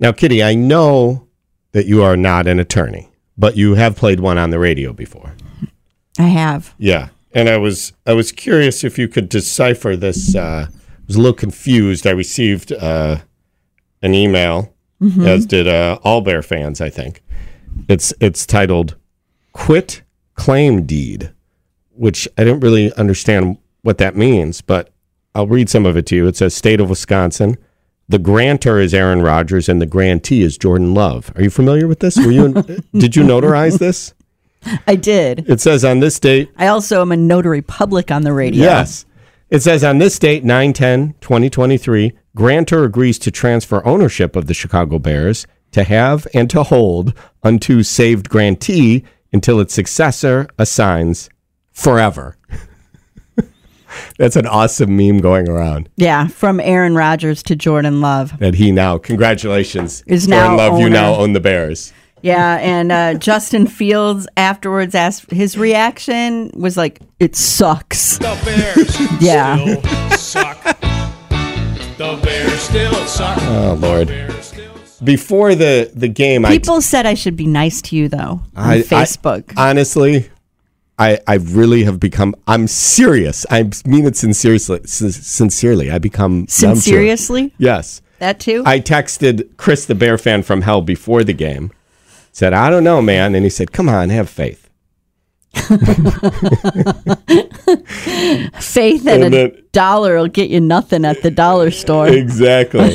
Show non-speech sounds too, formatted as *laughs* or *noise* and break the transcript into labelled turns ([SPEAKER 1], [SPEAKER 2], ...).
[SPEAKER 1] Now, Kitty, I know that you are not an attorney, but you have played one on the radio before.
[SPEAKER 2] I have.
[SPEAKER 1] Yeah, and I was I was curious if you could decipher this. Uh, I was a little confused. I received uh, an email, as did uh, all Bear fans. I think it's it's titled "Quit Claim Deed," which I didn't really understand what that means, but I'll read some of it to you. It says, "State of Wisconsin." The grantor is Aaron Rodgers, and the grantee is Jordan Love. Are you familiar with this? Were you? did you notarize this?
[SPEAKER 2] I did.
[SPEAKER 1] It says on this date,
[SPEAKER 2] I also am a notary public on the radio.
[SPEAKER 1] Yes. It says on this date, 9 10, 2023, grantor agrees to transfer ownership of the Chicago Bears to have and to hold unto saved grantee until its successor assigns forever. *laughs* That's an awesome meme going around
[SPEAKER 2] Yeah, from Aaron Rodgers to Jordan Love.
[SPEAKER 1] that he now, congratulations,
[SPEAKER 2] Is
[SPEAKER 1] Jordan
[SPEAKER 2] now
[SPEAKER 1] Love, you
[SPEAKER 2] owner.
[SPEAKER 1] now own the Bears.
[SPEAKER 2] Yeah, and uh, *laughs* Justin Fields afterwards asked his reaction was like, "It sucks."
[SPEAKER 3] The Bears
[SPEAKER 2] Yeah.
[SPEAKER 3] still suck. The Bears still suck.
[SPEAKER 1] Oh, Lord.
[SPEAKER 3] Bears still suck.
[SPEAKER 1] Before the, the game, I.
[SPEAKER 2] People said I should be nice to you though on
[SPEAKER 1] I- I-
[SPEAKER 2] Facebook.
[SPEAKER 1] honestly, I I really have become. I'm serious. I mean it sincerely. sin- Sincerely, I become numb to it.
[SPEAKER 2] Sincerely,
[SPEAKER 1] Yes,
[SPEAKER 2] that too.
[SPEAKER 1] I texted Chris, the Bear fan from hell, before the game. Said, I don't know, man, and he said, Come on, have faith.
[SPEAKER 2] Faith and,
[SPEAKER 1] And
[SPEAKER 2] a
[SPEAKER 1] then-
[SPEAKER 2] dollar will get you nothing at the dollar
[SPEAKER 1] *laughs*
[SPEAKER 2] store.
[SPEAKER 1] Exactly.